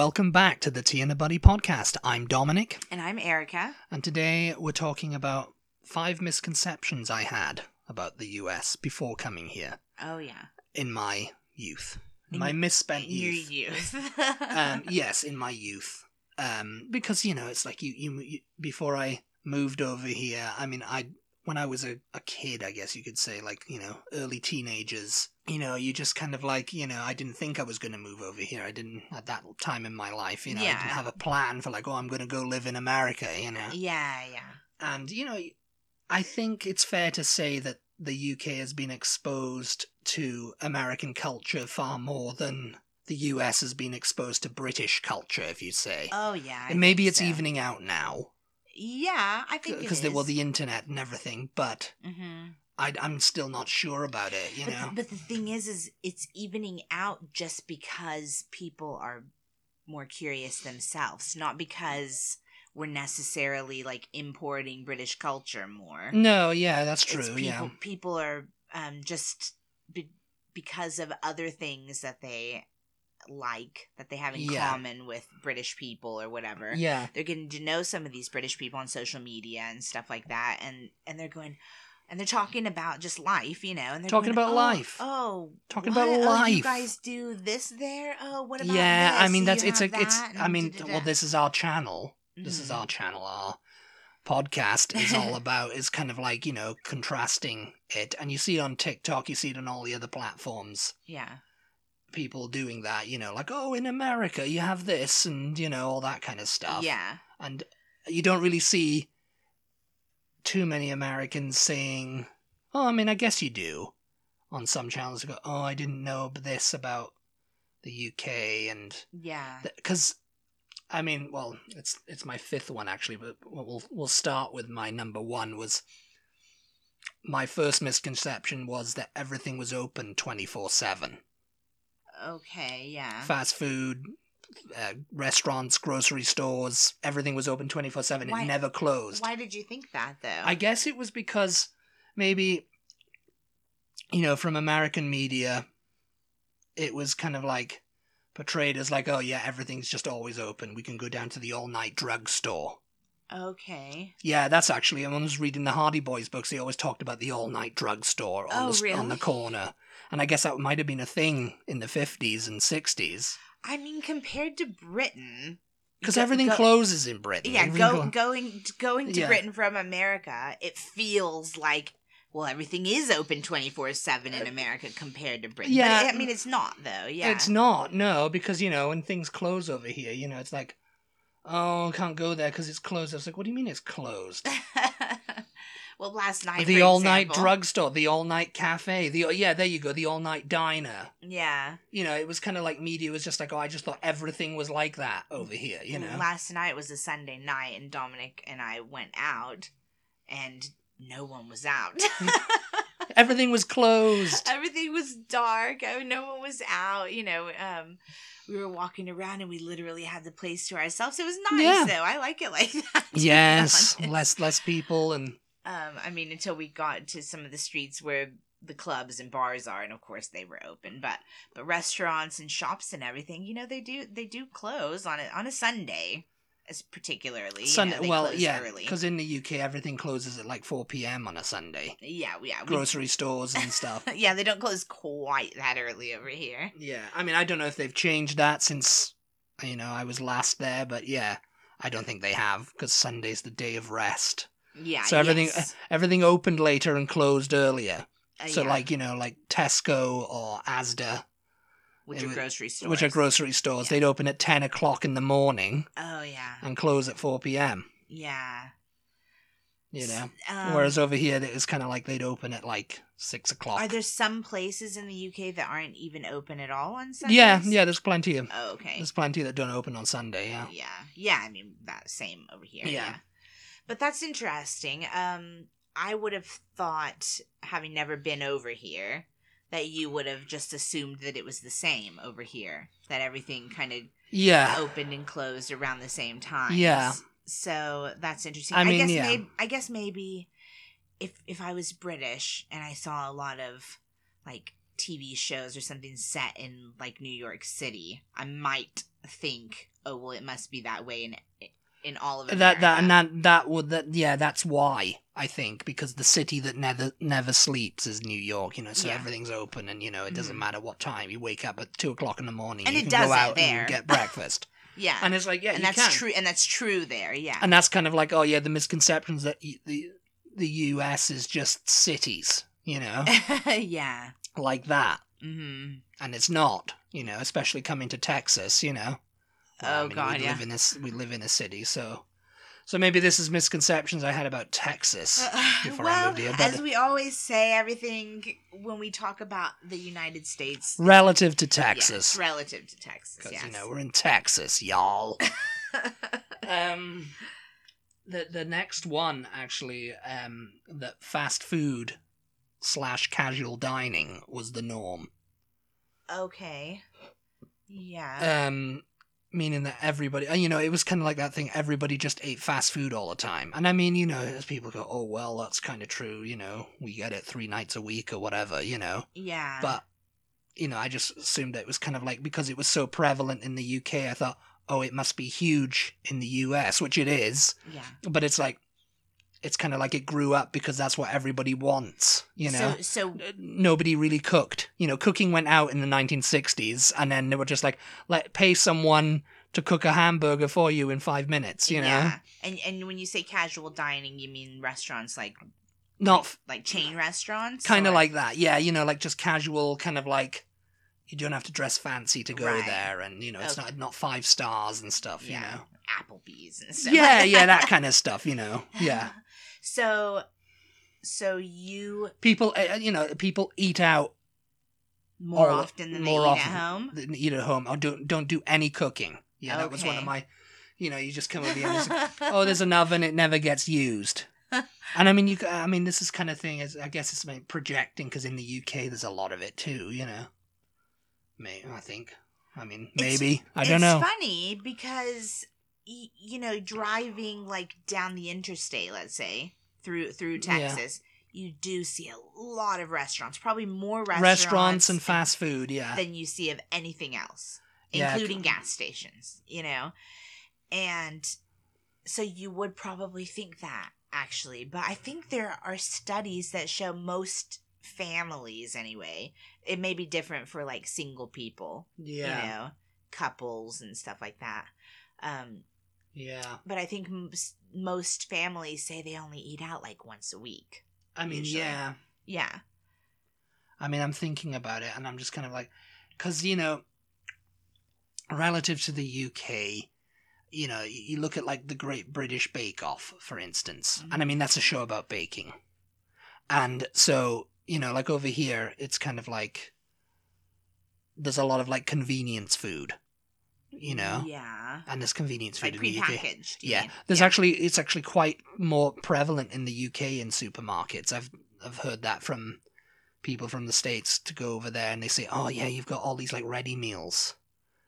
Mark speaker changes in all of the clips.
Speaker 1: to the Tea and the Buddy podcast. I'm Dominic,
Speaker 2: And I'm Erica.
Speaker 1: and today we're talking about five misconceptions I had about the US before coming here
Speaker 2: Oh yeah.
Speaker 1: in my youth.
Speaker 2: In
Speaker 1: my
Speaker 2: your-
Speaker 1: misspent
Speaker 2: Your
Speaker 1: youth.
Speaker 2: youth.
Speaker 1: um, yes, in my youth. Um, because you know, it's like you, you, you. Before I moved over here, I mean, I when I was a, a kid, I guess you could say, like you know, early teenagers. You know, you just kind of like you know, I didn't think I was going to move over here. I didn't at that time in my life. You know, I
Speaker 2: Yeah.
Speaker 1: didn't have a plan for like, oh, I'm going to go live in America. You know,
Speaker 2: Yeah, yeah.
Speaker 1: and you know, I think it's fair to say that the UK has been exposed to American culture far more than the US has been exposed to British culture, if you say.
Speaker 2: Oh yeah. I
Speaker 1: and maybe
Speaker 2: think
Speaker 1: it's
Speaker 2: so.
Speaker 1: evening out now
Speaker 2: Yeah, I think
Speaker 1: because there
Speaker 2: it
Speaker 1: well
Speaker 2: is.
Speaker 1: the internet and everything, but
Speaker 2: hmm
Speaker 1: I, I'm still not sure about it. You
Speaker 2: but,
Speaker 1: know,
Speaker 2: but the thing is, is it's evening out just because people are more curious themselves, not because we're necessarily like importing British culture more.
Speaker 1: no, yeah, that's Mm, true.
Speaker 2: It's people,
Speaker 1: yeah,
Speaker 2: people are um, just be- because of other things that they like that they have in
Speaker 1: Yeah.
Speaker 2: common with British people or whatever.
Speaker 1: yeah,
Speaker 2: They're getting to know some of these British people on social media and stuff like that, and and they're going. And they're talking about just life, you know, and they're
Speaker 1: Talking
Speaker 2: going,
Speaker 1: about
Speaker 2: "Oh,
Speaker 1: life.
Speaker 2: Oh,
Speaker 1: Talking
Speaker 2: what?
Speaker 1: about
Speaker 2: Oh, you
Speaker 1: life."
Speaker 2: guys do this there. Oh, what about
Speaker 1: yeah.
Speaker 2: this?
Speaker 1: I mean,
Speaker 2: Do
Speaker 1: that's
Speaker 2: you
Speaker 1: it's a
Speaker 2: have
Speaker 1: it's.
Speaker 2: that?"
Speaker 1: I
Speaker 2: And
Speaker 1: mean,
Speaker 2: da-da-da.
Speaker 1: well, this is our channel. this is
Speaker 2: Mhm.
Speaker 1: our channel our podcast is all about is kind of like you know contrasting it and you see it on tiktok you see it on all the other platforms
Speaker 2: yeah,
Speaker 1: people doing that you know like oh in america you have this and you know all that kind of stuff
Speaker 2: yeah,
Speaker 1: and you don't really see too many americans saying oh i mean i guess you do on some channels you go oh i didn't know this about the uk and
Speaker 2: yeah,
Speaker 1: because I mean, well, it's it's my fifth one actually, but we'll we'll start with my number one was my first misconception was that everything was open twenty four seven.
Speaker 2: okay, yeah,
Speaker 1: Fast food, uh, restaurants, grocery stores, everything was open twenty four seven.
Speaker 2: Why-
Speaker 1: It never closed.
Speaker 2: Why did you think that though?
Speaker 1: I guess it was because maybe, you know, from American media, it was kind of like portrayed as like, oh yeah, everything's just always open. We can go down to the all night drugstore.
Speaker 2: okay.
Speaker 1: Yeah, that's actually. When I was reading the Hardy Boys books, they always talked about the all night drugstore on,
Speaker 2: Oh,
Speaker 1: the, s- on the
Speaker 2: really?
Speaker 1: corner. And I guess that might have been a thing in the 50s and 60s.
Speaker 2: I mean, compared to Britain,
Speaker 1: Because
Speaker 2: Go-
Speaker 1: everything
Speaker 2: go-
Speaker 1: closes in Britain.
Speaker 2: yeah,
Speaker 1: Everything
Speaker 2: go,
Speaker 1: clo-
Speaker 2: going going to
Speaker 1: Yeah.
Speaker 2: Britain from America, it feels like well, everything is open twenty four seven in America compared to Britain.
Speaker 1: yeah.
Speaker 2: but I mean, it's not though. Yeah,
Speaker 1: It's not, no, because, you know, when things close over here, you know, it's like, oh, can't go there because it's closed. I was like, what do you mean it's closed?
Speaker 2: well, last night
Speaker 1: the
Speaker 2: for
Speaker 1: all night
Speaker 2: example-
Speaker 1: drugstore, the all night cafe, the yeah, there you go, the all night diner.
Speaker 2: Yeah,
Speaker 1: You know, it was kind of like media was just like, oh, I just thought everything was like that over here, you know?
Speaker 2: last night was a Sunday night, and Dominic and I went out, and no one was out.
Speaker 1: everything was closed.
Speaker 2: Everything was dark. I, no one was out. You know, um, we were walking around and we literally had the place to ourselves. It was nice,
Speaker 1: Yeah.
Speaker 2: though. I like it like that. to be
Speaker 1: yes,
Speaker 2: honest.
Speaker 1: less less people and
Speaker 2: Um, I mean, until we got to some of the streets where the clubs and bars are, and of course they were open, but but restaurants and shops and everything, you know, they do they do close on a on a Sunday, as particularly. you
Speaker 1: Sunday.
Speaker 2: know, they
Speaker 1: well,
Speaker 2: close
Speaker 1: yeah,
Speaker 2: early.
Speaker 1: because in the UK everything closes at like four p.m. on a Sunday.
Speaker 2: yeah, yeah, we-
Speaker 1: Grocery stores and stuff.
Speaker 2: yeah, they don't close quite that early over here.
Speaker 1: Yeah, I mean, I don't know if they've changed that since you know I was last there, but yeah, I don't think they have because Sunday's the day of rest,
Speaker 2: Yeah,
Speaker 1: so everything
Speaker 2: yes.
Speaker 1: everything opened later and closed earlier.
Speaker 2: Uh,
Speaker 1: so
Speaker 2: yeah.
Speaker 1: like you know, like Tesco or ASDA,
Speaker 2: which
Speaker 1: It
Speaker 2: are
Speaker 1: was-
Speaker 2: grocery stores.
Speaker 1: which are grocery stores,
Speaker 2: Yeah.
Speaker 1: they'd open at ten o'clock in the morning
Speaker 2: Oh yeah,
Speaker 1: and close at four p.m.
Speaker 2: yeah.
Speaker 1: You know,
Speaker 2: Um,
Speaker 1: whereas over here it was kind of like they'd open at like six o'clock.
Speaker 2: are there some places in the UK that aren't even open at all on Sundays?
Speaker 1: yeah, yeah, there's plenty of
Speaker 2: Oh, okay.
Speaker 1: there's plenty that don't open on Sunday.
Speaker 2: yeah.
Speaker 1: Yeah,
Speaker 2: yeah, yeah. I mean that same over here.
Speaker 1: Yeah.
Speaker 2: Yeah. but that's interesting. Um, I would have thought, having never been over here, that you would have just assumed that it was the same over here. That everything kind of
Speaker 1: yeah.
Speaker 2: opened and closed around the same time.
Speaker 1: Uh, Yeah.
Speaker 2: So that's interesting.
Speaker 1: I
Speaker 2: I,
Speaker 1: mean,
Speaker 2: guess
Speaker 1: yeah.
Speaker 2: maybe I guess maybe if if I was British and I saw a lot of like TV shows or something set in like New York City, I might think oh well, it must be that way in in all of
Speaker 1: That
Speaker 2: America.
Speaker 1: that and that that would that yeah that's why I think because the city that never never sleeps is New York you know so
Speaker 2: Yeah.
Speaker 1: everything's open and you know it doesn't
Speaker 2: Mhm.
Speaker 1: matter what time you wake up at two o'clock in the morning
Speaker 2: And it
Speaker 1: you can go
Speaker 2: doesn't
Speaker 1: out
Speaker 2: there.
Speaker 1: and get breakfast
Speaker 2: yeah, and,
Speaker 1: and it's like yeah you
Speaker 2: that's
Speaker 1: can.
Speaker 2: true, and that's true there. Yeah,
Speaker 1: and that's kind of like oh yeah the misconceptions that y- the the U.S. is just cities you know
Speaker 2: yeah.
Speaker 1: like that
Speaker 2: Mm-hmm.
Speaker 1: and it's not you know especially coming to Texas you know Well, I
Speaker 2: Oh,
Speaker 1: mean,
Speaker 2: God,
Speaker 1: we
Speaker 2: yeah.
Speaker 1: live in a, s- we live in a city so so maybe this is misconceptions I had about Texas. before I
Speaker 2: well,
Speaker 1: moved here, but-
Speaker 2: as we always say, everything when we talk about the United States,
Speaker 1: relative to
Speaker 2: yes,
Speaker 1: Texas.
Speaker 2: relative to Texas,
Speaker 1: Because,
Speaker 2: yes.
Speaker 1: you know, we're in Texas, y'all. um, the, the next one, actually, um, that fast food slash casual dining was the norm.
Speaker 2: okay, yeah,
Speaker 1: Um, meaning that everybody, uh, you know, it was kind of like that thing, everybody just ate fast food all the time. And I mean, you know, as people go, oh, well, that's kind of true, you know, we get it three nights a week or whatever, you know.
Speaker 2: yeah,
Speaker 1: but you know i just assumed that it was kind of like because it was so prevalent in the uk i thought oh it must be huge in the us which it is
Speaker 2: yeah.
Speaker 1: but it's like it's kind of like it grew up because that's what everybody wants you know
Speaker 2: so so
Speaker 1: nobody really cooked you know cooking went out in the 1960s and then they were just like let pay someone to cook a hamburger for you in five minutes you know
Speaker 2: Yeah. And and when you say casual dining, you mean restaurants like
Speaker 1: not f-
Speaker 2: like chain restaurants?
Speaker 1: kind of
Speaker 2: or-
Speaker 1: like that yeah you know like just casual kind of like you don't have to dress fancy to go
Speaker 2: Right.
Speaker 1: there and you know it's
Speaker 2: Okay.
Speaker 1: not not five stars and stuff
Speaker 2: Yeah.
Speaker 1: you know
Speaker 2: Applebee's and stuff.
Speaker 1: yeah
Speaker 2: like
Speaker 1: yeah that kind of stuff you know yeah
Speaker 2: So so you
Speaker 1: people uh, you know people eat out
Speaker 2: more
Speaker 1: Or
Speaker 2: often than
Speaker 1: more
Speaker 2: they eat
Speaker 1: often.
Speaker 2: at home.
Speaker 1: than eat at home or don't don't do any cooking yeah that was one of
Speaker 2: Okay.
Speaker 1: my you know you just come over here and just oh, there's an oven, it never gets used. And I mean, you. ca- I mean, this is kind of thing. Is I guess it's like projecting because in the UK there's a lot of it too. You know, May I think. I mean,
Speaker 2: It's-
Speaker 1: maybe I don't know.
Speaker 2: It's funny because y- you know driving like down the interstate, let's say through through
Speaker 1: Yeah.
Speaker 2: Texas, you do see a lot of restaurants, probably more restaurants,
Speaker 1: Restaurants, and fast food. Yeah,
Speaker 2: than you see of anything else,
Speaker 1: Yeah,
Speaker 2: including gas stations, you know? And so you would probably think that, actually. But I think there are studies that show most families, anyway, it may be different for like single people, you
Speaker 1: yeah,
Speaker 2: know, couples and stuff like that. Um,
Speaker 1: yeah.
Speaker 2: but I think m- s- most families say they only eat out like once a week.
Speaker 1: I mean,
Speaker 2: Usually.
Speaker 1: yeah.
Speaker 2: Yeah.
Speaker 1: I mean, I'm thinking about it, and I'm just kind of like, because you know, relative to the UK, you know, y- you look at like the Great British Bake Off, for instance, and I mean that's a show about baking, and so you know, like over here, it's kind of like there's a lot of like convenience food, you know,
Speaker 2: Yeah.
Speaker 1: and there's convenience
Speaker 2: Like
Speaker 1: food in the UK.
Speaker 2: prepackaged. you
Speaker 1: Yeah,
Speaker 2: mean.
Speaker 1: there's actually it's actually quite more prevalent in the UK in supermarkets. I've I've heard that from people from the states to go over there, and they say, "Oh yeah, you've got all these like ready meals,"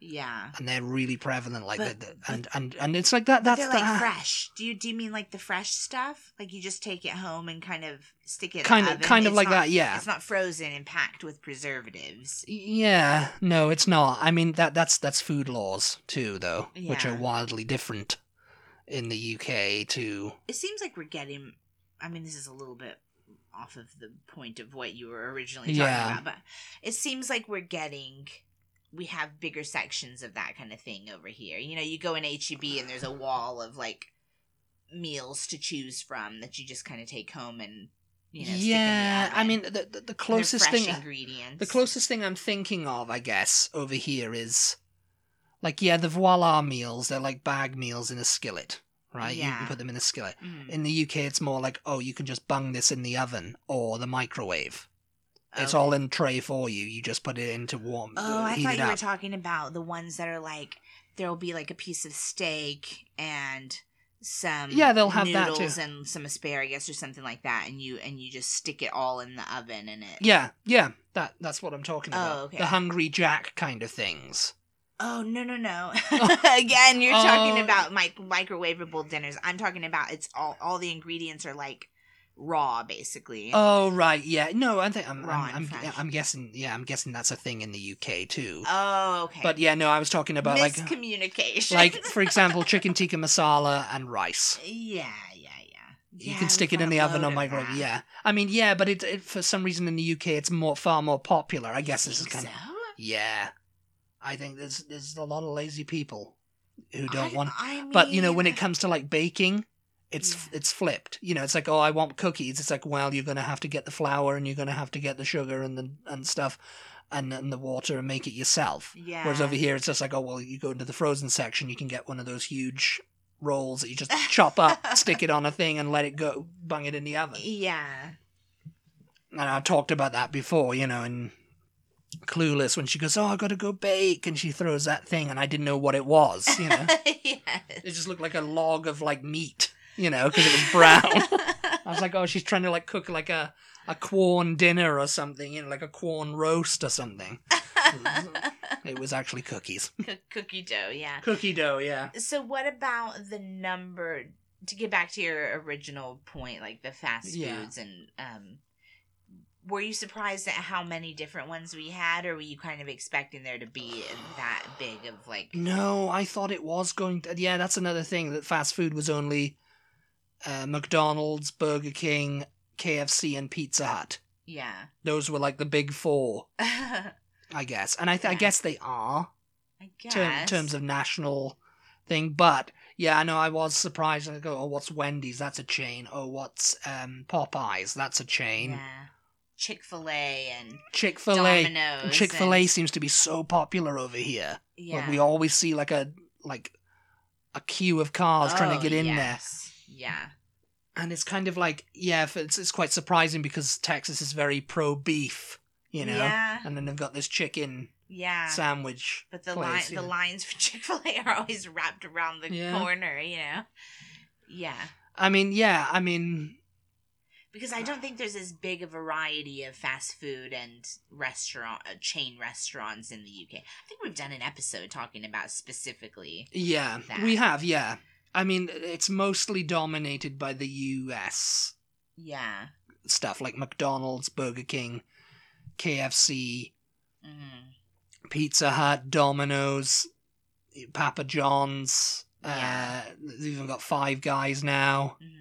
Speaker 2: Yeah.
Speaker 1: and they're really prevalent like
Speaker 2: But-
Speaker 1: that. that-
Speaker 2: but-
Speaker 1: And and and it's like that. That's
Speaker 2: They're
Speaker 1: the
Speaker 2: like fresh. Do you do you mean like the fresh stuff? Like you just take it home and kind of stick it in
Speaker 1: kind
Speaker 2: the
Speaker 1: of
Speaker 2: oven?
Speaker 1: kind of
Speaker 2: It's
Speaker 1: like
Speaker 2: not-
Speaker 1: that. Yeah,
Speaker 2: It's not frozen and packed with preservatives.
Speaker 1: yeah. No, it's not. I mean that that's that's food laws too, though, which are
Speaker 2: Yeah.
Speaker 1: wildly different in the UK to
Speaker 2: It seems like we're getting. I mean, this is a little bit off of the point of what you were originally talking
Speaker 1: Yeah.
Speaker 2: about, but it seems like we're getting. We have bigger sections of that kind of thing over here. You know, you go in HEB and there's a wall of like meals to choose from that you just kind of take home and you know. stick in the
Speaker 1: yeah. I
Speaker 2: oven.
Speaker 1: mean the the, the
Speaker 2: And they're
Speaker 1: closest
Speaker 2: fresh
Speaker 1: thing.
Speaker 2: ingredients.
Speaker 1: The closest thing I'm thinking of, I guess, over here is like yeah, the voila meals, they're like bag meals in a skillet, right? You- You,
Speaker 2: Yeah.
Speaker 1: put them in a skillet.
Speaker 2: Mm.
Speaker 1: In the UK it's more like, oh, you can just bung this in the oven or the microwave. It's
Speaker 2: Okay.
Speaker 1: all in tray for you. You just put it into warm uh,
Speaker 2: Oh, I
Speaker 1: heat
Speaker 2: thought
Speaker 1: it
Speaker 2: you were
Speaker 1: up.
Speaker 2: talking about the ones that are like there'll be like a piece of steak and some
Speaker 1: Yeah, they'll have that
Speaker 2: noodles
Speaker 1: too.
Speaker 2: and some asparagus or something like that, and you and you just stick it all in the oven and it.
Speaker 1: yeah, yeah. That that's what I'm talking
Speaker 2: Oh,
Speaker 1: about.
Speaker 2: okay.
Speaker 1: The hungry jack kind of things.
Speaker 2: Oh no no no! Again, you're talking
Speaker 1: Oh.
Speaker 2: about my microwavable dinners. I'm talking about it's all all the ingredients are like raw, basically.
Speaker 1: Oh right, yeah. No, I think I'm
Speaker 2: Raw
Speaker 1: I'm,
Speaker 2: in
Speaker 1: I'm,
Speaker 2: French.
Speaker 1: I'm guessing yeah, I'm guessing that's a thing in the UK too.
Speaker 2: Oh, okay.
Speaker 1: But yeah, no, I was talking about like
Speaker 2: miscommunication.
Speaker 1: like for example, chicken tikka masala and rice.
Speaker 2: yeah, yeah, yeah.
Speaker 1: You
Speaker 2: Yeah,
Speaker 1: can
Speaker 2: we've
Speaker 1: stick it
Speaker 2: got
Speaker 1: in
Speaker 2: a
Speaker 1: the oven
Speaker 2: load
Speaker 1: or
Speaker 2: of
Speaker 1: microwave.
Speaker 2: that.
Speaker 1: Yeah, I mean, yeah, but it, it for some reason in the UK it's more far more popular. I guess
Speaker 2: You
Speaker 1: this is
Speaker 2: think
Speaker 1: kind of
Speaker 2: so?
Speaker 1: yeah. I think there's there's a lot of lazy people who don't
Speaker 2: I-
Speaker 1: want.
Speaker 2: I
Speaker 1: But you know, when
Speaker 2: mean,
Speaker 1: it comes to like baking, it's f it's flipped. You know, it's like, oh, I want cookies. It's like, well, you're gonna have to get the flour and you're gonna have to get the sugar and the and stuff, and and the water and make it yourself.
Speaker 2: yeah.
Speaker 1: Whereas over here, it's just like, oh, well, you go into the frozen section, you can get one of those huge rolls that you just chop up, stick it on a thing, and let it go, bung it in the oven.
Speaker 2: yeah,
Speaker 1: And I talked about that before, you know, and clueless when she goes, oh, I gotta go bake, and she throws that thing, and I didn't know what it was, you know. It
Speaker 2: yes.
Speaker 1: just looked like a log of like meat, you know, because it was brown. I was like, oh, she's trying to like cook like a a corn dinner or something, you know, like a corn roast or something. It was actually cookies,
Speaker 2: Cook- Cookie dough, yeah.
Speaker 1: cookie dough, yeah.
Speaker 2: So, what about the number? To get back to your original point, like the fast
Speaker 1: Yeah.
Speaker 2: foods and um, were you surprised at how many different ones we had, or were you kind of expecting there to be that big of like?
Speaker 1: Mm. No, I thought it was going to. Yeah, that's another thing that fast food was only uh, McDonald's, Burger King, KFC, and Pizza Hut.
Speaker 2: Yeah.
Speaker 1: Those were like the big four,
Speaker 2: I
Speaker 1: I guess. And I, th- I
Speaker 2: Yeah.
Speaker 1: guess they are.
Speaker 2: guess.
Speaker 1: term, terms of national thing. But yeah, I know I was surprised. I go, oh, what's Wendy's? That's a chain. Oh, what's um, Popeyes? That's a chain.
Speaker 2: Yeah. Chick fil A and
Speaker 1: Chick fil A.
Speaker 2: Domino's.
Speaker 1: Chick fil A
Speaker 2: and-
Speaker 1: seems to be so popular over here.
Speaker 2: Yeah.
Speaker 1: Like, we always see like a like a queue of cars trying
Speaker 2: Oh,
Speaker 1: to get in there,
Speaker 2: yes. Yeah.
Speaker 1: and it's kind of like yeah, f- it's it's quite surprising because Texas is very pro beef, you know.
Speaker 2: Yeah.
Speaker 1: And then they've got this chicken
Speaker 2: Yeah.
Speaker 1: sandwich.
Speaker 2: but the line,
Speaker 1: place,
Speaker 2: the
Speaker 1: yeah.
Speaker 2: lines for Chick Fil A are always wrapped around the
Speaker 1: Yeah.
Speaker 2: corner, you know. Yeah,
Speaker 1: I mean, yeah, I mean,
Speaker 2: because I don't think there's as big a variety of fast food and restaurant uh, chain restaurants in the UK. I think we've done an episode talking about specifically.
Speaker 1: Yeah,
Speaker 2: that.
Speaker 1: we have, yeah. I mean, it's mostly dominated by the US
Speaker 2: Yeah.
Speaker 1: stuff like McDonald's, Burger King, KFC,
Speaker 2: Mm.
Speaker 1: Pizza Hut, Domino's, Papa John's.
Speaker 2: Yeah.
Speaker 1: Uh, they've even got Five Guys now.
Speaker 2: Mm.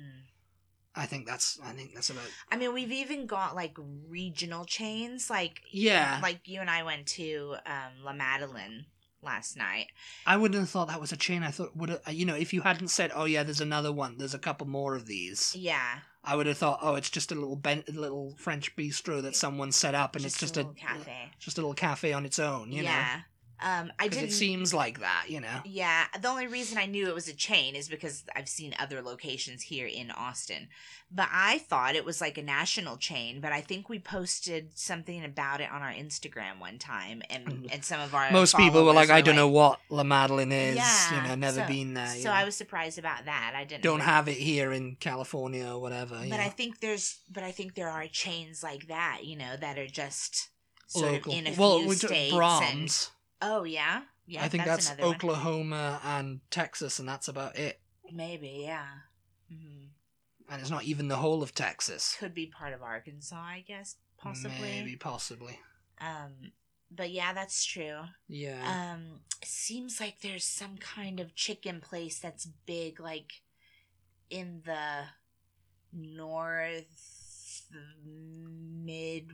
Speaker 1: I think that's. I think that's about.
Speaker 2: I mean, we've even got like regional chains, like
Speaker 1: Yeah.
Speaker 2: like you and I went to um, La Madeleine last night.
Speaker 1: I wouldn't have thought that was a chain. I thought would uh, you know if you hadn't said, oh yeah, there's another one. There's a couple more of these.
Speaker 2: Yeah,
Speaker 1: I would have thought, oh, it's just a little ben- little French bistro that someone set up, and it's just
Speaker 2: a
Speaker 1: a,
Speaker 2: little cafe.
Speaker 1: just a little cafe on its own, you know?
Speaker 2: yeah. Um, I
Speaker 1: Because
Speaker 2: didn't.
Speaker 1: it seems like that, you know?
Speaker 2: yeah, the only reason I knew it was a chain is because I've seen other locations here in Austin. But I thought it was like a national chain, but I think we posted something about it on our Instagram one time and
Speaker 1: Mm.
Speaker 2: and some of our
Speaker 1: Most people were
Speaker 2: followers
Speaker 1: like, I don't know what La Madeline is,
Speaker 2: Yeah,
Speaker 1: you know, never
Speaker 2: so-
Speaker 1: been there. you
Speaker 2: So
Speaker 1: know.
Speaker 2: I was surprised about that. I didn't
Speaker 1: Don't
Speaker 2: really-
Speaker 1: have it here in California or whatever.
Speaker 2: But
Speaker 1: you know.
Speaker 2: I think there's but I think there are chains like that, you know, that are just sort
Speaker 1: Local.
Speaker 2: of in a
Speaker 1: well,
Speaker 2: few
Speaker 1: we took
Speaker 2: states and
Speaker 1: Brahms.
Speaker 2: Oh yeah, yeah.
Speaker 1: I think that's,
Speaker 2: another one.
Speaker 1: Oklahoma and Texas, and that's about it.
Speaker 2: Maybe yeah. hmm
Speaker 1: Mm-hmm. And it's not even the whole of Texas.
Speaker 2: Could be part of Arkansas, I guess, possibly.
Speaker 1: Maybe, possibly.
Speaker 2: Um, but yeah, that's true.
Speaker 1: Yeah.
Speaker 2: Um, seems like there's some kind of chicken place that's big, like in the north mid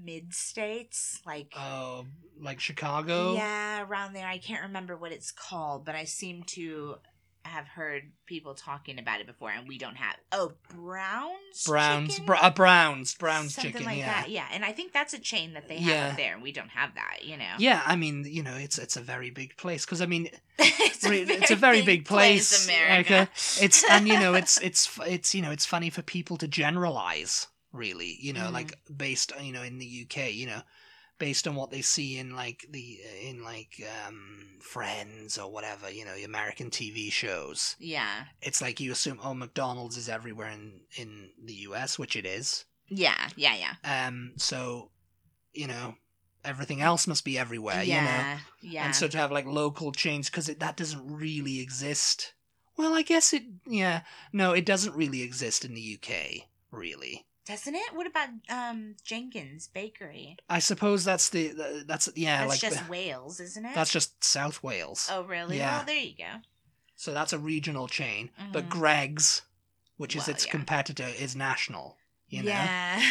Speaker 2: mid states, like.
Speaker 1: oh, like Chicago?
Speaker 2: Yeah, around there. I can't remember what it's called, but I seem to have heard people talking about it before, and we don't have. Oh, Browns.
Speaker 1: Browns.
Speaker 2: Chicken?
Speaker 1: Br- uh, Browns. Browns
Speaker 2: Something
Speaker 1: chicken,
Speaker 2: like
Speaker 1: yeah.
Speaker 2: that. Yeah, and I think that's a chain that they have
Speaker 1: Yeah.
Speaker 2: up there, and we don't have that. You know.
Speaker 1: Yeah, I mean, you know, it's it's a very big place because I mean,
Speaker 2: it's,
Speaker 1: Re- it's a very big place,
Speaker 2: America.
Speaker 1: it's and you know, it's it's f- it's you know, it's funny for people to generalize, really, you know,
Speaker 2: Mhm.
Speaker 1: like based you know in the UK, you know, based on what they see in like the in like um Friends or whatever, you know, the American TV shows.
Speaker 2: yeah.
Speaker 1: It's like you assume oh McDonald's is everywhere in in the US, which it is.
Speaker 2: Yeah. Yeah. Yeah.
Speaker 1: Um, so you know, everything else must be everywhere, you know.
Speaker 2: yeah. Yeah.
Speaker 1: and so to have like local chains because that doesn't really exist well i guess it yeah no it doesn't really exist in the uk really.
Speaker 2: Doesn't it? What about um Jenkins Bakery?
Speaker 1: I suppose that's the, the that's yeah,
Speaker 2: That's
Speaker 1: like
Speaker 2: just
Speaker 1: the-
Speaker 2: Wales, isn't it?
Speaker 1: that's just South Wales.
Speaker 2: Oh really?
Speaker 1: Yeah.
Speaker 2: Well, there you go.
Speaker 1: So that's a regional chain, but
Speaker 2: Mhm.
Speaker 1: Greg's, which is
Speaker 2: Well,
Speaker 1: its
Speaker 2: yeah.
Speaker 1: competitor, is national. You know.
Speaker 2: yeah.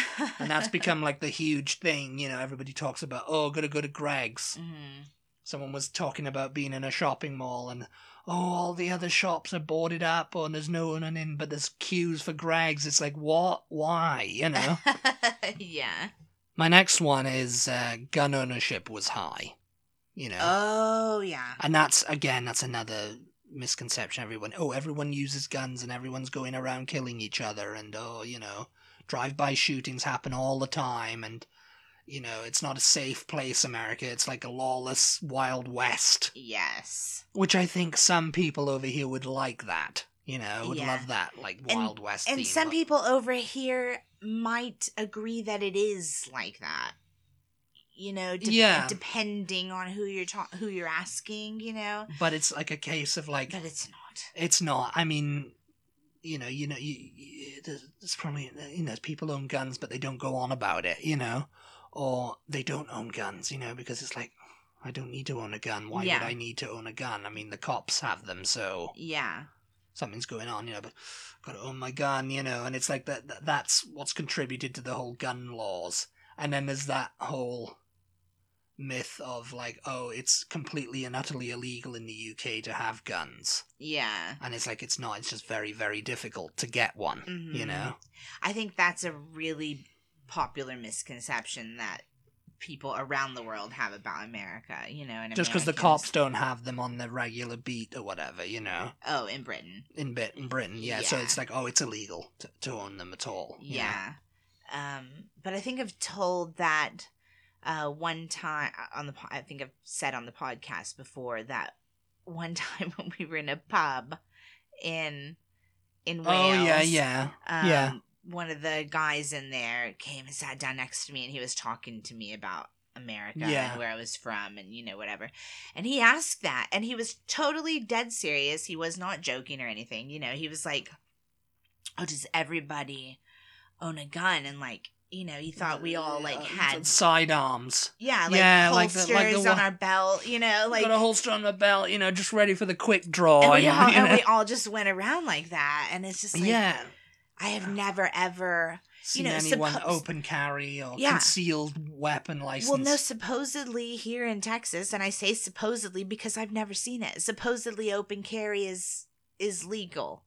Speaker 1: and that's become like the huge thing. You know, everybody talks about, oh, gotta go to Greg's.
Speaker 2: Mhm.
Speaker 1: Someone was talking about being in a shopping mall and, oh, all the other shops are boarded up and there's no one in, but there's queues for Greg's. It's like, what? Why? You know?
Speaker 2: yeah.
Speaker 1: My next one is uh, gun ownership was high. You know?
Speaker 2: Oh yeah.
Speaker 1: and that's, again, that's another misconception. Everyone, oh, everyone uses guns and everyone's going around killing each other and, oh, you know, drive by shootings happen all the time and you know it's not a safe place america it's like a lawless wild west
Speaker 2: Yes.
Speaker 1: which i think some people over here would like that you know would
Speaker 2: Yeah.
Speaker 1: love that like wild west
Speaker 2: And
Speaker 1: theme,
Speaker 2: some
Speaker 1: like-
Speaker 2: people over here might agree that it is like that. You know, de-
Speaker 1: Yeah.
Speaker 2: depending on who you're ta- who you're asking, you know.
Speaker 1: but it's like a case of like
Speaker 2: But it's not.
Speaker 1: it's not i mean you know you know you, you there's, there's probably you know people own guns but they don't go on about it you know or they don't own guns you know because it's like i don't need to own a gun why
Speaker 2: Yeah.
Speaker 1: would i need to own a gun i mean the cops have them so
Speaker 2: Yeah.
Speaker 1: something's going on, you know, but gotta own my gun, you know, and it's like that, that that's what's contributed to the whole gun laws. And then there's that whole myth of like, oh, it's completely and utterly illegal in the UK to have guns.
Speaker 2: Yeah.
Speaker 1: And it's like it's not, it's just very, very difficult to get one. You
Speaker 2: Mhm.
Speaker 1: know?
Speaker 2: I think that's a really popular misconception that people around the world have about America, you know, and
Speaker 1: Just because the cops
Speaker 2: Americans.
Speaker 1: don't have them on the regular beat or whatever, you know,
Speaker 2: Oh, in Britain.
Speaker 1: in, Brit- in Britain, yeah, So
Speaker 2: Yeah.
Speaker 1: it's like, oh, it's illegal to, to own them at all. you know?
Speaker 2: Yeah. Um, but I think I've told that uh, one time uh, on the po- I think I've said on the podcast before that one time when we were in a pub in in
Speaker 1: Oh,
Speaker 2: Wales.
Speaker 1: yeah, yeah.
Speaker 2: Um,
Speaker 1: yeah.
Speaker 2: One of the guys in there came and sat down next to me, and he was talking to me about America
Speaker 1: Yeah.
Speaker 2: and where I was from, and you know whatever. And he asked that, and he was totally dead serious. He was not joking or anything. You know, he was like, "Oh, does everybody own a gun?" And like, you know, he thought we all like had,
Speaker 1: Uh, sidearms.
Speaker 2: yeah, like
Speaker 1: Yeah, like the-
Speaker 2: holsters
Speaker 1: like the one-
Speaker 2: on our belt. You know, like
Speaker 1: got a holster on my belt, you know, just ready for the quick draw.
Speaker 2: and, we
Speaker 1: you know,
Speaker 2: all,
Speaker 1: you
Speaker 2: and
Speaker 1: know.
Speaker 2: we all just went around like that, and it's just like,
Speaker 1: yeah,
Speaker 2: I have never ever
Speaker 1: seen
Speaker 2: know,
Speaker 1: anyone
Speaker 2: suppo-
Speaker 1: open carry or
Speaker 2: Yeah.
Speaker 1: concealed weapon license.
Speaker 2: Well, no, supposedly here in Texas, and I say supposedly because I've never seen it. Supposedly open carry is is legal.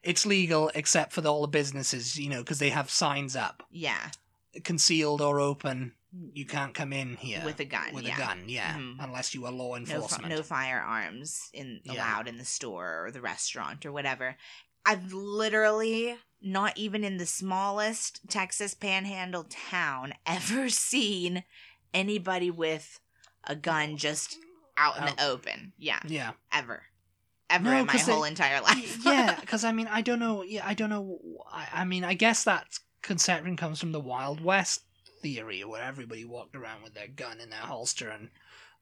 Speaker 1: it's legal except for the, all the businesses, you know, because they have signs up,
Speaker 2: Yeah,
Speaker 1: concealed or open. You can't come in here
Speaker 2: with a gun.
Speaker 1: with
Speaker 2: yeah.
Speaker 1: gun, yeah,
Speaker 2: Mhm.
Speaker 1: unless you are law
Speaker 2: No, fi-
Speaker 1: enforcement.
Speaker 2: no firearms in
Speaker 1: Yeah.
Speaker 2: allowed in the store or the restaurant or whatever. I've literally not even in the smallest Texas Panhandle town ever seen anybody with a gun just out in the
Speaker 1: Out.
Speaker 2: open. Yeah,
Speaker 1: yeah,
Speaker 2: ever, ever
Speaker 1: No,
Speaker 2: in my
Speaker 1: 'cause they-
Speaker 2: whole entire life.
Speaker 1: yeah, because I mean, I don't know. Yeah, I don't know. I, I mean, I guess that conception comes from the Wild West theory, where everybody walked around with their gun in their holster and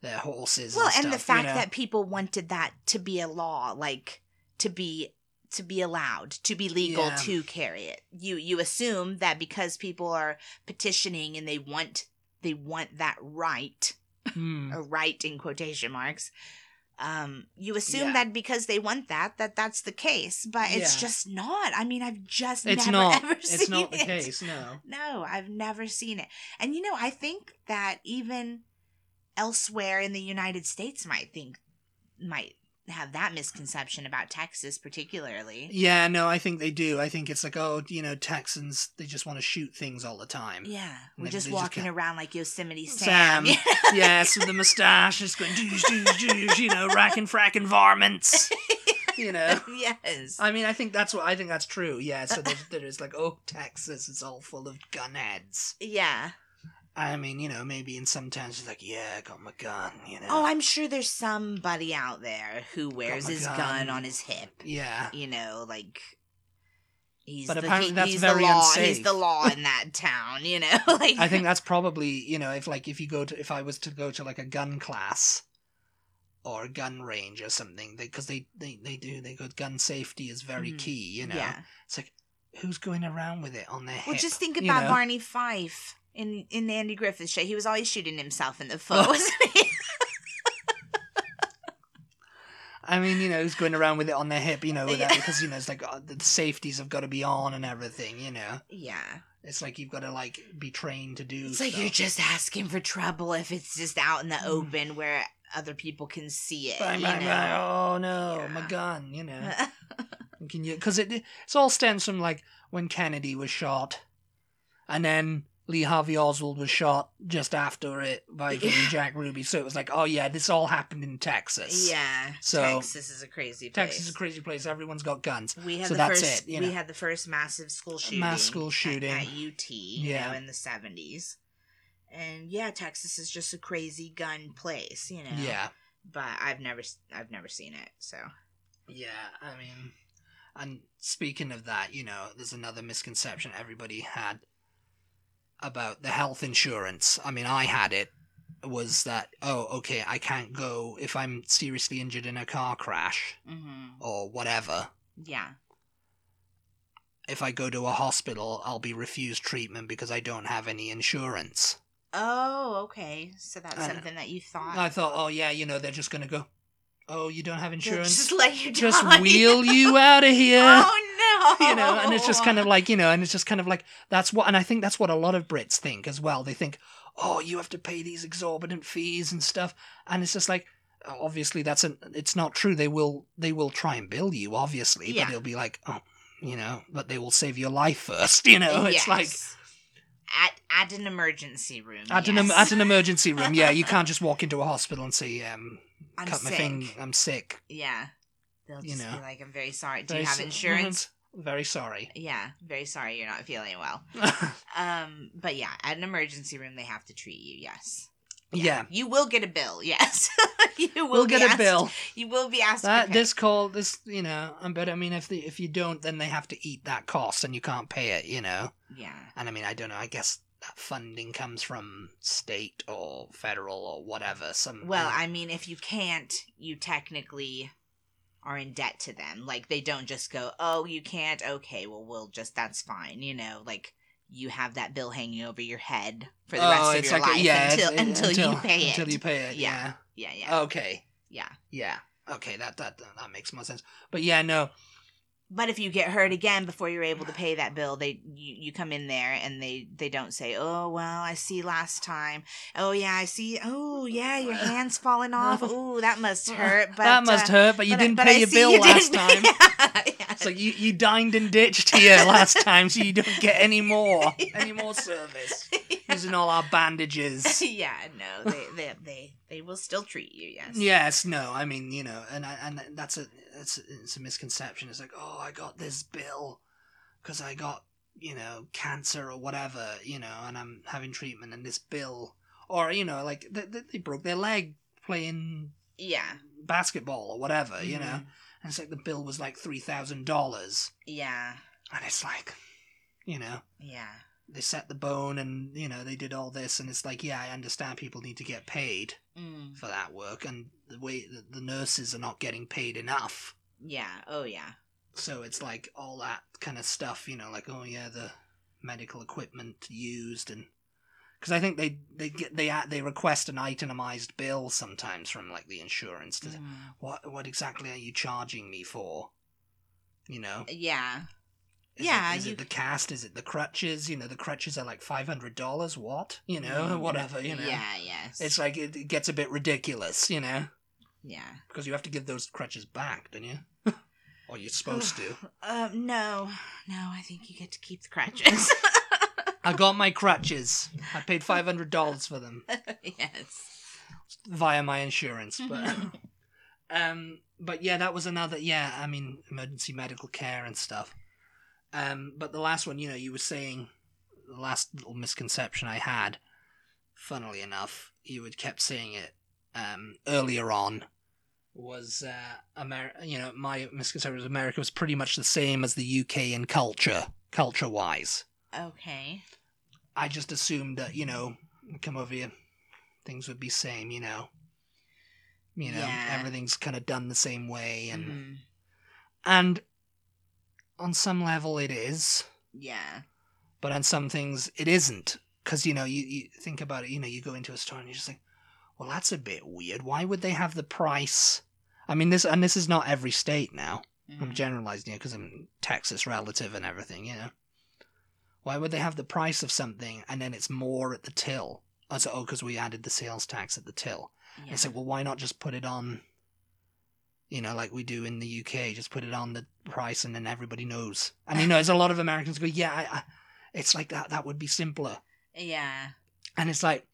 Speaker 1: their horses.
Speaker 2: well
Speaker 1: and,
Speaker 2: and the
Speaker 1: stuff, you
Speaker 2: fact
Speaker 1: know?
Speaker 2: that people wanted that to be a law like to be to be allowed to be legal
Speaker 1: Yeah.
Speaker 2: to carry it you you assume that because people are petitioning and they want they want that right
Speaker 1: Hmm.
Speaker 2: or right in quotation marks um you assume
Speaker 1: Yeah.
Speaker 2: that because they want that that that's the case but it's
Speaker 1: Yeah.
Speaker 2: just not i mean i've just
Speaker 1: it's
Speaker 2: never
Speaker 1: not.
Speaker 2: ever seen
Speaker 1: It's not the
Speaker 2: it.
Speaker 1: case. No.
Speaker 2: No, I've never seen it. And you know, I think that even elsewhere in the United States might think might have that misconception about Texas particularly.
Speaker 1: Yeah, no. I think they do. I think it's like, oh, you know, Texans. They just want to shoot things all the time.
Speaker 2: Yeah. We're
Speaker 1: Maybe
Speaker 2: just
Speaker 1: they just
Speaker 2: walking
Speaker 1: ca-
Speaker 2: around like Yosemite
Speaker 1: Sam.
Speaker 2: Sam.
Speaker 1: Yes, with the moustache, just going, doosh, doosh, doosh, you know, racking, fracking varmints. You know.
Speaker 2: yes.
Speaker 1: I mean, I think that's what I think that's true. Yeah. So there's, there's like, oh, Texas is all full of gunheads.
Speaker 2: yeah.
Speaker 1: I mean, you know, maybe in some towns it's like, yeah, I got my gun. You know.
Speaker 2: Oh, I'm sure there's somebody out there who wears
Speaker 1: my
Speaker 2: his
Speaker 1: gun.
Speaker 2: gun. on his hip.
Speaker 1: yeah.
Speaker 2: You know, like he's the,
Speaker 1: But apparently
Speaker 2: he-
Speaker 1: that's
Speaker 2: he's
Speaker 1: very
Speaker 2: the law.
Speaker 1: unsafe.
Speaker 2: He's the law in that town. You know, like
Speaker 1: I think that's probably you know if like if you go to if I was to go to like a gun class or a gun range or something because they, they they do they go gun safety is very
Speaker 2: Mhm.
Speaker 1: key you know
Speaker 2: Yeah.
Speaker 1: it's like who's going around with it on their head?
Speaker 2: Well, just think
Speaker 1: you
Speaker 2: about
Speaker 1: know?
Speaker 2: Barney Fife in in the Andy Griffith show. He was always shooting himself in the foot,
Speaker 1: Oh.
Speaker 2: wasn't he?
Speaker 1: I mean, you know, who's going around with it on their hip? You know, with
Speaker 2: Yeah.
Speaker 1: that, because you know, it's like uh the safeties have got to be on and everything. You know,
Speaker 2: yeah.
Speaker 1: it's like you've got to like be trained to do.
Speaker 2: It's like
Speaker 1: stuff.
Speaker 2: you're just asking for trouble if it's just out in the
Speaker 1: Mm.
Speaker 2: open where other people can see it.
Speaker 1: Bang,
Speaker 2: you
Speaker 1: bang,
Speaker 2: know?
Speaker 1: bang. Oh no,
Speaker 2: Yeah. Uh.
Speaker 1: my gun! You know, can you? Because it it's all stems from like when Kennedy was shot, and then Lee Harvey Oswald was shot just after it by
Speaker 2: Yeah.
Speaker 1: giving Jack Ruby. So it was like, oh yeah, this all happened in Texas.
Speaker 2: yeah.
Speaker 1: So-
Speaker 2: Texas is a crazy place.
Speaker 1: Texas is a crazy place. Everyone's got guns.
Speaker 2: We had
Speaker 1: So
Speaker 2: the
Speaker 1: that's
Speaker 2: first.
Speaker 1: it, you
Speaker 2: We
Speaker 1: know.
Speaker 2: had the first massive school shooting.
Speaker 1: Mass school
Speaker 2: at-
Speaker 1: shooting.
Speaker 2: at, UT. You
Speaker 1: Yeah.
Speaker 2: know, in the seventies. And yeah, Texas is just a crazy gun place. You know.
Speaker 1: yeah.
Speaker 2: But I've never, s- I've never seen it. So.
Speaker 1: Yeah, I mean, and speaking of that, you know, there's another misconception everybody had about the health insurance. I mean, I had it was that oh, okay, I can't go if I'm seriously injured in a car crash
Speaker 2: Mm-hmm.
Speaker 1: or whatever.
Speaker 2: Yeah.
Speaker 1: If I go to a hospital, I'll be refused treatment because I don't have any insurance.
Speaker 2: Oh, okay. So that's
Speaker 1: And
Speaker 2: something that you thought.
Speaker 1: I thought, oh yeah, you know, they're just gonna go, oh, you don't have
Speaker 2: They'll
Speaker 1: insurance,
Speaker 2: Just let you
Speaker 1: just
Speaker 2: die.
Speaker 1: wheel you out of here.
Speaker 2: Oh no!
Speaker 1: you know and it's just kind of like you know and it's just kind of like that's what and i think that's what a lot of brits think as well they think oh you have to pay these exorbitant fees and stuff and it's just like uh, obviously that's an it's not true they will they will try and bill you obviously
Speaker 2: Yeah.
Speaker 1: but they'll be like oh you know but they will save your life first you know it's like
Speaker 2: Yes. at at an emergency room.
Speaker 1: at an, em-
Speaker 2: yes.
Speaker 1: at an emergency room yeah you can't just walk into a hospital and say um
Speaker 2: I'm
Speaker 1: cut
Speaker 2: sick.
Speaker 1: my thing i'm sick
Speaker 2: Yeah, they'll
Speaker 1: You
Speaker 2: just
Speaker 1: know.
Speaker 2: be like, "I'm very sorry. Do
Speaker 1: Very
Speaker 2: you have
Speaker 1: so- mm-hmm.
Speaker 2: insurance?"
Speaker 1: very sorry
Speaker 2: Yeah, very sorry. You're not feeling well. Um, but yeah, at an emergency room, they have to treat you. Yes.
Speaker 1: yeah
Speaker 2: You will get a bill. Yes. you will
Speaker 1: we'll
Speaker 2: be
Speaker 1: get a
Speaker 2: asked-
Speaker 1: bill
Speaker 2: You will be asked.
Speaker 1: That
Speaker 2: to pay.
Speaker 1: this call, this you know, um, but I mean, if the, if you don't, then they have to eat that cost, and you can't pay it, you know.
Speaker 2: Yeah.
Speaker 1: And I mean, I don't know. I guess that funding comes from state or federal or whatever. Some
Speaker 2: Well, I mean, if you can't, you technically are in debt to them. Like, they don't just go, oh, you can't. Okay, well, we'll just, that's fine. You know, like, you have that bill hanging over your head for the
Speaker 1: Oh,
Speaker 2: rest of
Speaker 1: it's
Speaker 2: your
Speaker 1: like a-
Speaker 2: life
Speaker 1: yeah,
Speaker 2: until,
Speaker 1: it- it-
Speaker 2: until, you pay it.
Speaker 1: Until you Oh. pay it, yeah.
Speaker 2: Yeah. yeah, yeah.
Speaker 1: Okay,
Speaker 2: yeah.
Speaker 1: yeah, okay. That that that makes more sense. But yeah, no,
Speaker 2: But if you get hurt again before you're able to pay that bill, they you, you come in there and they they don't say, "Oh well, I see last time. Oh yeah, I see. Oh yeah, your hands falling off. Oh that must hurt. But
Speaker 1: that
Speaker 2: uh,
Speaker 1: must hurt. But you
Speaker 2: but I-
Speaker 1: didn't
Speaker 2: but I
Speaker 1: pay your
Speaker 2: see
Speaker 1: bill
Speaker 2: you
Speaker 1: last time.
Speaker 2: didn't- Yeah, yeah.
Speaker 1: It's like you, you dined and ditched here last time, so you don't get any more, any more service. Using all our bandages.
Speaker 2: yeah, no, they, they they they will still treat you. Yes.
Speaker 1: Yes, no, I mean, you know, and I, and that's a that's a, it's a misconception. It's like, oh, I got this bill because I got you know cancer or whatever, you know, and I'm having treatment, and this bill, or you know, like they, they, they broke their leg playing
Speaker 2: Yeah.
Speaker 1: basketball or whatever, Uh, you know,
Speaker 2: Mhm.
Speaker 1: and it's like the bill was like three thousand dollars,
Speaker 2: Yeah.
Speaker 1: and it's like, you know.
Speaker 2: Yeah.
Speaker 1: They set the bone, and you know they did all this, and it's like, yeah, I understand people need to get paid,
Speaker 2: Mm.
Speaker 1: for that work, and the way that the nurses are not getting paid enough.
Speaker 2: Yeah. Oh yeah.
Speaker 1: So it's like all that kind of stuff, you know, like oh yeah, the medical equipment used, and because I think they they get they a- they request an itemized bill sometimes from like the insurance. To,
Speaker 2: Mm.
Speaker 1: What what exactly are you charging me for? You know,
Speaker 2: Yeah.
Speaker 1: Is
Speaker 2: Yeah,
Speaker 1: It, is
Speaker 2: you-
Speaker 1: it the cast? Is it the crutches? You know, the crutches are like five hundred dollars. What? You know,
Speaker 2: Mm.
Speaker 1: whatever. Uh, You know,
Speaker 2: Yeah. Yes.
Speaker 1: it's like it, it gets a bit ridiculous. You know.
Speaker 2: yeah.
Speaker 1: Because you have to give those crutches back, don't you? or you're supposed to.
Speaker 2: Um. No. No. I think you get to keep the crutches.
Speaker 1: I got my crutches. I paid five hundred dollars for them
Speaker 2: yes.
Speaker 1: via my insurance, but um, but yeah, that was another. Yeah, I mean, emergency medical care and stuff. Um, but the last one, you know, you were saying the last little misconception I had. Funnily enough, you had kept saying it um, earlier on. Was uh, America? You know, my misconception was America was pretty much the same as the UK in culture, culture wise.
Speaker 2: Okay.
Speaker 1: I just assumed that you know, come over here, things would be same. You know, you know,
Speaker 2: Yeah. Mm-hmm. Mm,
Speaker 1: everything's kind of done the same way, and
Speaker 2: Mhm.
Speaker 1: and on some level it is,
Speaker 2: Yeah.
Speaker 1: but on some things it isn't. Because, you know, you, you think about it, you know, you go into a store and you're just like, well, that's a bit weird. Why would they have the price? I mean, this, and this is not every state now. I'm
Speaker 2: Mm.
Speaker 1: generalizing here because I'm Texas relative and everything, you know. Why would they have the price of something and then it's more at the till? I said, oh, because we added the sales tax at the till. I
Speaker 2: Yeah.
Speaker 1: said, well, why not just put it on, you know, like we do in the UK, just put it on the price and then everybody knows. And, you know, there's a lot of Americans go, yeah, I, I, it's like that, that would be simpler.
Speaker 2: yeah.
Speaker 1: And it's like,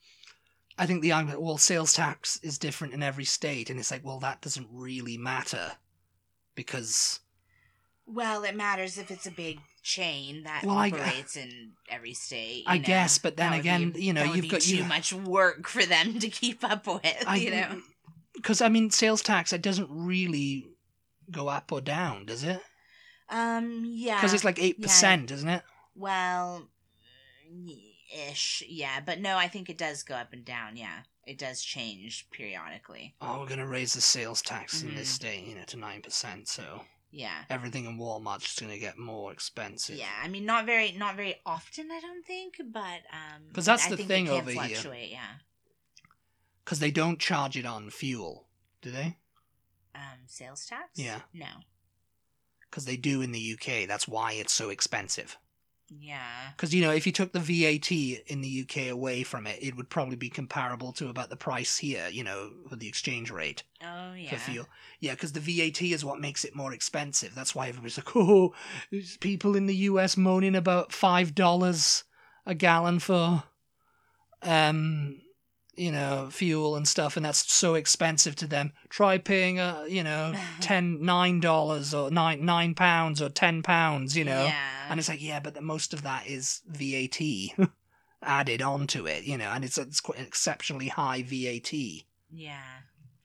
Speaker 1: I think the argument, well, sales tax is different in every state. And it's like, well, that doesn't really matter because
Speaker 2: Well, it matters if it's a big chain that
Speaker 1: Well, I-
Speaker 2: operates in every state. you
Speaker 1: I
Speaker 2: know.
Speaker 1: guess, but then
Speaker 2: That would be-
Speaker 1: again, you know,
Speaker 2: that would
Speaker 1: you've
Speaker 2: be
Speaker 1: got
Speaker 2: too
Speaker 1: you.
Speaker 2: much work for them to keep up with.
Speaker 1: I-
Speaker 2: you know.
Speaker 1: Because I mean, sales tax it doesn't really go up or down, does it?
Speaker 2: Um. Yeah.
Speaker 1: Because it's like eight percent, isn't it?
Speaker 2: well, y- ish. Yeah, but no, I think it does go up and down. Yeah, it does change periodically.
Speaker 1: Oh, we're gonna raise the sales tax in this
Speaker 2: Mhm.
Speaker 1: state, you know, to nine percent. So
Speaker 2: Yeah.
Speaker 1: everything in Walmart's just gonna get more expensive.
Speaker 2: Yeah, I mean, not very, not very often, I don't think, but um,
Speaker 1: 'Cause that's
Speaker 2: I
Speaker 1: the
Speaker 2: think
Speaker 1: thing
Speaker 2: it can
Speaker 1: over here.
Speaker 2: fluctuate, Yeah,
Speaker 1: Because they don't charge it on fuel, do they?
Speaker 2: um, sales tax.
Speaker 1: Yeah.
Speaker 2: No.
Speaker 1: Because they do in the UK. That's why it's so expensive.
Speaker 2: Yeah.
Speaker 1: Because you know, if you took the VAT in the UK away from it, it would probably be comparable to about the price here. You know, for the exchange rate.
Speaker 2: Oh yeah.
Speaker 1: for fuel. Yeah, because the VAT is what makes it more expensive. That's why everybody's like, oh, there's people in the US moaning about five dollars a gallon for, um, you know, fuel and stuff, and that's so expensive to them. Try paying, uh, you know, ten nine dollars or nine nine pounds or ten pounds, you know.
Speaker 2: Yeah.
Speaker 1: And it's like, yeah, but the, most of that is VAT added onto it, you know, and it's it's quite an exceptionally high VAT.
Speaker 2: yeah.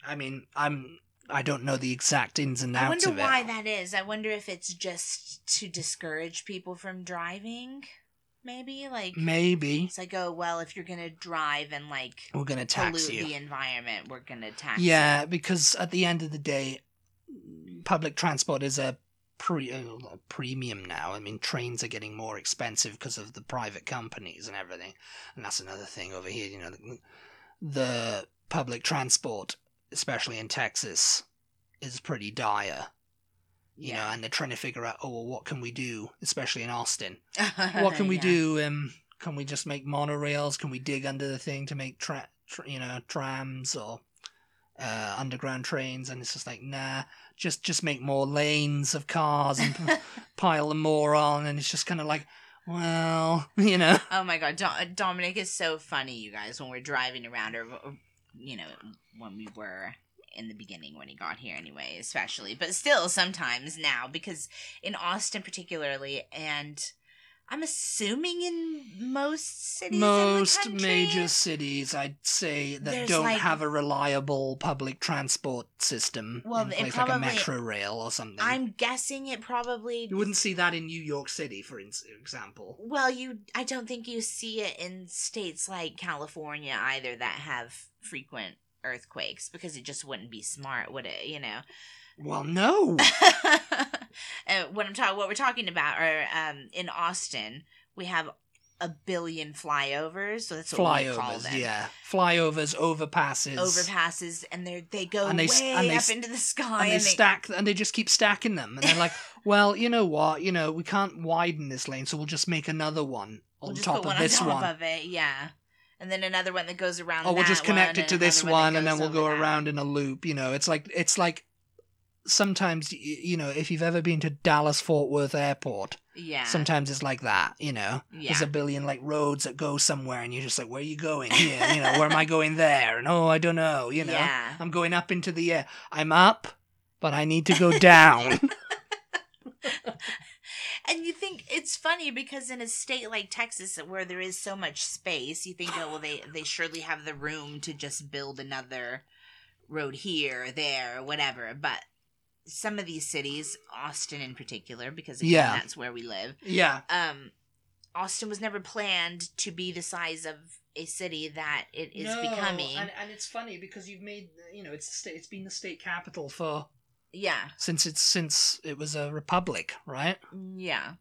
Speaker 1: I mean, I'm I don't know the exact ins and
Speaker 2: I
Speaker 1: outs
Speaker 2: wonder
Speaker 1: of it.
Speaker 2: why that is. I wonder if it's just to discourage people from driving. Maybe like
Speaker 1: Maybe
Speaker 2: it's like oh well, if you're gonna drive and like
Speaker 1: we're gonna tax
Speaker 2: pollute
Speaker 1: you.
Speaker 2: the environment, we're gonna tax.
Speaker 1: Yeah, because at the end of the day, public transport is a pre uh, a premium now. I mean, trains are getting more expensive because of the private companies and everything, and that's another thing over here. You know, the, the public transport, especially in Texas, is pretty dire. You know,
Speaker 2: Yeah.
Speaker 1: and they're trying to figure out, oh, well, what can we do, especially in Austin. what can we
Speaker 2: Yeah.
Speaker 1: do? Um, can we just make monorails? Can we dig under the thing to make tra- tra- you know trams or uh, underground trains? And it's just like nah, just just make more lanes of cars and p- pile them more on. And it's just kind of like, well, you know,
Speaker 2: Oh my god, Do- Dominic is so funny, you guys. When we're driving around, or or, you know, when we were in the beginning when he got here, anyway, especially, but still sometimes now because in Austin, particularly, and I'm assuming in most cities, in the
Speaker 1: most
Speaker 2: country,
Speaker 1: major cities I'd say that
Speaker 2: There's
Speaker 1: don't
Speaker 2: like-
Speaker 1: have a reliable public transport system
Speaker 2: Well,
Speaker 1: in
Speaker 2: it
Speaker 1: place like a
Speaker 2: probably-
Speaker 1: metro rail or something.
Speaker 2: I'm guessing it probably.
Speaker 1: You wouldn't see that in New York City, for ins- example.
Speaker 2: Well, you, I don't think you see it in states like California either that have frequent earthquakes because it just wouldn't be smart, would it? You know.
Speaker 1: Well, no.
Speaker 2: uh, what I'm talking, what we're talking about, are um, in Austin, we have a billion flyovers, so that's what we call
Speaker 1: flyovers,
Speaker 2: them.
Speaker 1: yeah, flyovers, overpasses,
Speaker 2: Overpasses, and they they go
Speaker 1: And they s-
Speaker 2: way
Speaker 1: and they
Speaker 2: up
Speaker 1: s-
Speaker 2: into the sky,
Speaker 1: and they stack, and they just keep stacking them, and they're like, "Well, you know what? You know, we can't widen this lane, so we'll just make another one
Speaker 2: we'll
Speaker 1: on
Speaker 2: just
Speaker 1: top
Speaker 2: put one
Speaker 1: of this
Speaker 2: on top
Speaker 1: one,
Speaker 2: of it, yeah, and then another one that goes around.
Speaker 1: or we'll
Speaker 2: that
Speaker 1: just connect
Speaker 2: one,
Speaker 1: it to
Speaker 2: and
Speaker 1: this
Speaker 2: another
Speaker 1: one,
Speaker 2: that
Speaker 1: and then we'll
Speaker 2: goes
Speaker 1: go
Speaker 2: over that.
Speaker 1: around in a loop." You know, it's like it's like sometimes y- you know if you've ever been to Dallas Fort Worth Airport,
Speaker 2: Yeah,
Speaker 1: sometimes it's like that. You know,
Speaker 2: yeah,
Speaker 1: there's a billion like roads that go somewhere, and you're just like, "Where are you going? Here, you know, where am I going there?" And oh, I don't know, you know.
Speaker 2: yeah.
Speaker 1: I'm going up into the air. I'm up, but I need to go down.
Speaker 2: And you think it's funny because in a state like Texas, uh, where there is so much space, you think, oh well, they they surely have the room to just build another road here, or there, or whatever. But some of these cities, Austin in particular, because again,
Speaker 1: Yeah.
Speaker 2: that's where we live.
Speaker 1: yeah.
Speaker 2: Um, Austin was never planned to be the size of a city that it is becoming.
Speaker 1: And, and it's funny because you've made, you know, it's the sta- it's been the state capital for
Speaker 2: Yeah.
Speaker 1: since it's since it was a republic, right?
Speaker 2: Yeah.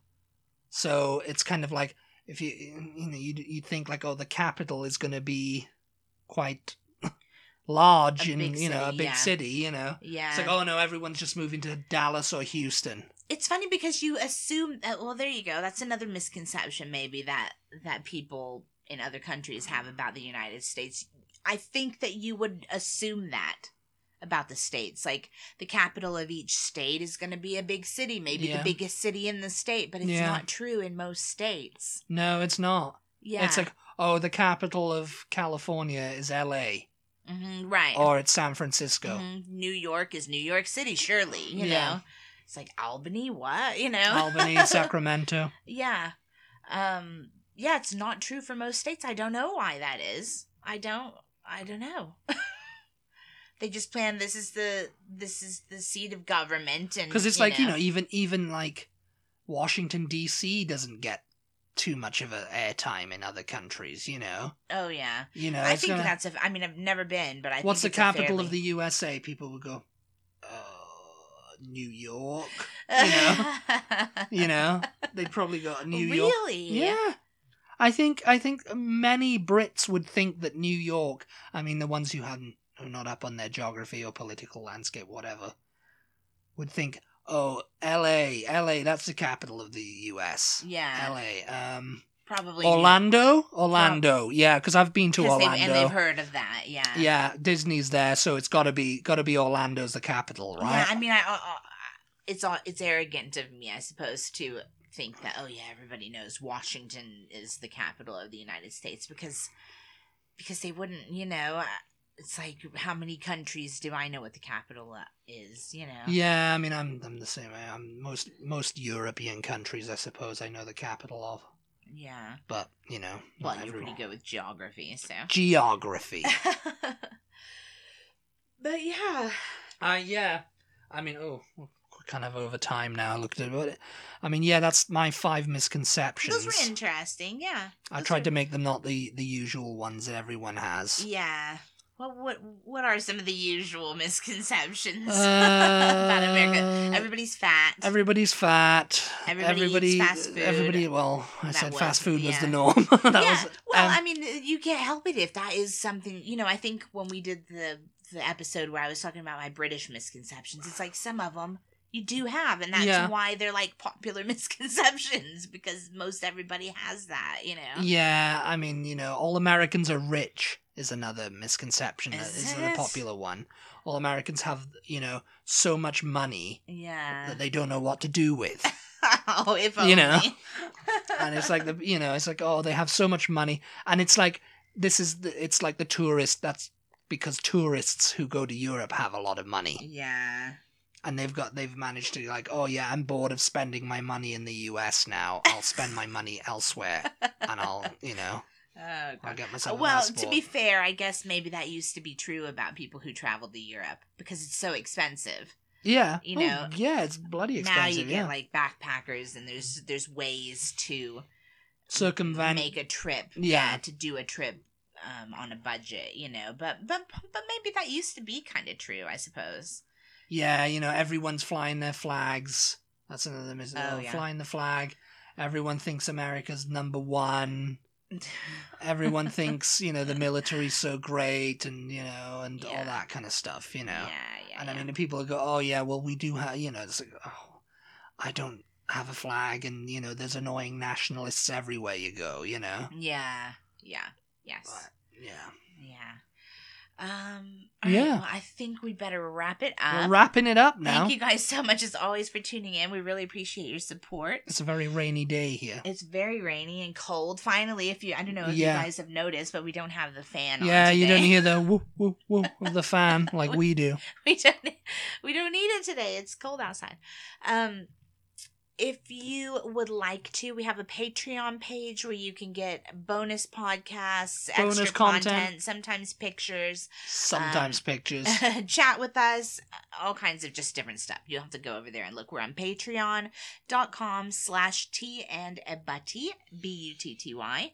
Speaker 1: So it's kind of like if you you know you you think like oh the capital is going to be quite large
Speaker 2: A
Speaker 1: and
Speaker 2: big
Speaker 1: you know a
Speaker 2: city,
Speaker 1: big
Speaker 2: yeah.
Speaker 1: city, you know.
Speaker 2: Yeah.
Speaker 1: It's like oh no, everyone's just moving to Dallas or Houston.
Speaker 2: it's funny because you assume that well there you go that's another misconception maybe that that people in other countries have about the united states i think that you would assume that about the states like the capital of each state is going to be a big city maybe
Speaker 1: Yeah.
Speaker 2: the biggest city in the state but it's
Speaker 1: Yeah.
Speaker 2: not true in most states
Speaker 1: No, it's not.
Speaker 2: yeah
Speaker 1: It's like oh the capital of California is L.A.
Speaker 2: hmm right
Speaker 1: or it's San Francisco.
Speaker 2: Mhm. new york is new york city surely you
Speaker 1: Yeah.
Speaker 2: know it's like albany what you know
Speaker 1: Albany, Sacramento.
Speaker 2: Yeah. Um yeah, it's not true for most states. I don't know why that is. I don't I don't know. they just plan this is the this is the seat of government and
Speaker 1: Because it's like, you know, even even like Washington D.C. doesn't get too much of a airtime in other countries, you know.
Speaker 2: Oh yeah.
Speaker 1: You know,
Speaker 2: I
Speaker 1: it's
Speaker 2: think
Speaker 1: gonna-
Speaker 2: that's a I mean I've never been, but I
Speaker 1: what's the
Speaker 2: think it's a
Speaker 1: capital of
Speaker 2: fairly-
Speaker 1: the USA? People will go, oh, New York. you know? You know, they probably go New York.
Speaker 2: Really?
Speaker 1: Yeah, I think I think many Brits would think that New York. I mean, the ones who hadn't who are not up on their geography or political landscape, whatever, would think, oh, L.A., L.A. That's the capital of the U.S.
Speaker 2: Yeah.
Speaker 1: L.A. Um,
Speaker 2: Probably
Speaker 1: Orlando, Orlando. Yeah, because I've been to
Speaker 2: 'cause they've-
Speaker 1: Orlando.
Speaker 2: and they've heard of that, yeah.
Speaker 1: Yeah, Disney's there, so it's got to be got to be Orlando's the capital,
Speaker 2: Yeah,
Speaker 1: right?
Speaker 2: I mean, I, I, I it's all it's arrogant of me, I suppose, to think that oh yeah, everybody knows Washington is the capital of the United States because because they wouldn't, you know. I- It's like how many countries do I know what the capital uh, is? You know.
Speaker 1: Yeah, I mean, I'm I'm the same. way. I'm most most European countries, I suppose, I know the capital of,
Speaker 2: Yeah.
Speaker 1: but you know,
Speaker 2: Well,
Speaker 1: not
Speaker 2: you're pretty
Speaker 1: everyone.
Speaker 2: good with geography, so.
Speaker 1: Geography.
Speaker 2: but yeah.
Speaker 1: uh, yeah. I mean, oh, we're kind of over time now. I looked at it. I mean, yeah, that's my five misconceptions.
Speaker 2: Those were interesting. Yeah.
Speaker 1: I
Speaker 2: those
Speaker 1: tried
Speaker 2: were-
Speaker 1: to make them not the the usual ones that everyone has.
Speaker 2: Yeah. What what what are some of the usual misconceptions about America?
Speaker 1: Uh,
Speaker 2: Everybody's fat.
Speaker 1: Everybody's fat.
Speaker 2: Everybody eats fast food.
Speaker 1: Everybody. Well, I
Speaker 2: That
Speaker 1: said fast
Speaker 2: was-
Speaker 1: food was the
Speaker 2: yeah.
Speaker 1: norm. that
Speaker 2: yeah.
Speaker 1: was.
Speaker 2: well,
Speaker 1: um,
Speaker 2: I mean, you can't help it if that is something. You know, I think when we did the the episode where I was talking about my British misconceptions, it's like some of them you do have, and that's
Speaker 1: Yeah.
Speaker 2: why they're like popular misconceptions because most everybody has that. You know.
Speaker 1: yeah, I mean, you know, all Americans are rich is another misconception that
Speaker 2: Is
Speaker 1: is a
Speaker 2: it?
Speaker 1: popular one. All Americans have, you know, so much money
Speaker 2: Yeah.
Speaker 1: that they don't know what to do with.
Speaker 2: oh, if only.
Speaker 1: You know. and it's like the, you know, it's like oh, they have so much money, and it's like this is the, it's like the tourist. That's because tourists who go to Europe have a lot of money.
Speaker 2: yeah.
Speaker 1: and they've got they've managed to like oh yeah i'm bored of spending my money in the us now i'll spend my money elsewhere and i'll you know
Speaker 2: Oh,
Speaker 1: i'll
Speaker 2: God.
Speaker 1: get myself a
Speaker 2: well, to
Speaker 1: passport.
Speaker 2: be fair, I guess maybe that used to be true about people who traveled to Europe because it's so expensive.
Speaker 1: yeah
Speaker 2: you
Speaker 1: Oh,
Speaker 2: know,
Speaker 1: yeah it's bloody
Speaker 2: now
Speaker 1: expensive
Speaker 2: you get
Speaker 1: yeah
Speaker 2: like backpackers and there's there's ways to
Speaker 1: circumvent
Speaker 2: make a trip
Speaker 1: Yeah.
Speaker 2: to do a trip um, on a budget you know but but but maybe that used to be kind of true i suppose
Speaker 1: yeah you know everyone's flying their flags that's another mis-
Speaker 2: Oh,
Speaker 1: oh,
Speaker 2: yeah.
Speaker 1: flying the flag everyone thinks america's number one everyone thinks you know the military's so great and you know and
Speaker 2: Yeah.
Speaker 1: all that kind of stuff you know
Speaker 2: yeah yeah,
Speaker 1: And
Speaker 2: yeah.
Speaker 1: I mean, the people go, oh, yeah, well, we do have, you know, it's like, oh, I don't have a flag, and, you know, there's annoying nationalists everywhere you go, you know?
Speaker 2: yeah yeah yes
Speaker 1: But, yeah.
Speaker 2: yeah um all right,
Speaker 1: Yeah.
Speaker 2: well, i think we better wrap it up
Speaker 1: We're wrapping it up now.
Speaker 2: Uh, thank you guys so much as always for tuning in we really appreciate your support
Speaker 1: It's a very rainy day here.
Speaker 2: It's very rainy and cold. Finally, if you, I don't know if
Speaker 1: Yeah.
Speaker 2: you guys have noticed, but we don't have the fan.
Speaker 1: Yeah,
Speaker 2: on
Speaker 1: you don't
Speaker 2: today.
Speaker 1: hear the whoop, whoop, whoop of the fan like we do.
Speaker 2: we don't. We don't need it today. It's cold outside. Um, if you would like to, we have a Patreon page where you can get bonus podcasts,
Speaker 1: Bonus
Speaker 2: extra
Speaker 1: content.
Speaker 2: sometimes pictures, Um.
Speaker 1: Sometimes pictures.
Speaker 2: chat with us, all kinds of just different stuff. You'll have to go over there and look. We're on patreon.com slash T and a Butty, B U T T Y.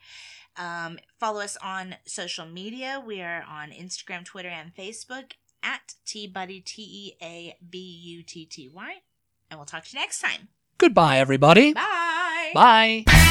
Speaker 2: Um, follow us on social media. We are on Instagram, Twitter, and Facebook at T Buddy T E A B U T T Y. And we'll talk to you next time.
Speaker 1: Goodbye, everybody.
Speaker 2: Bye.
Speaker 1: Bye.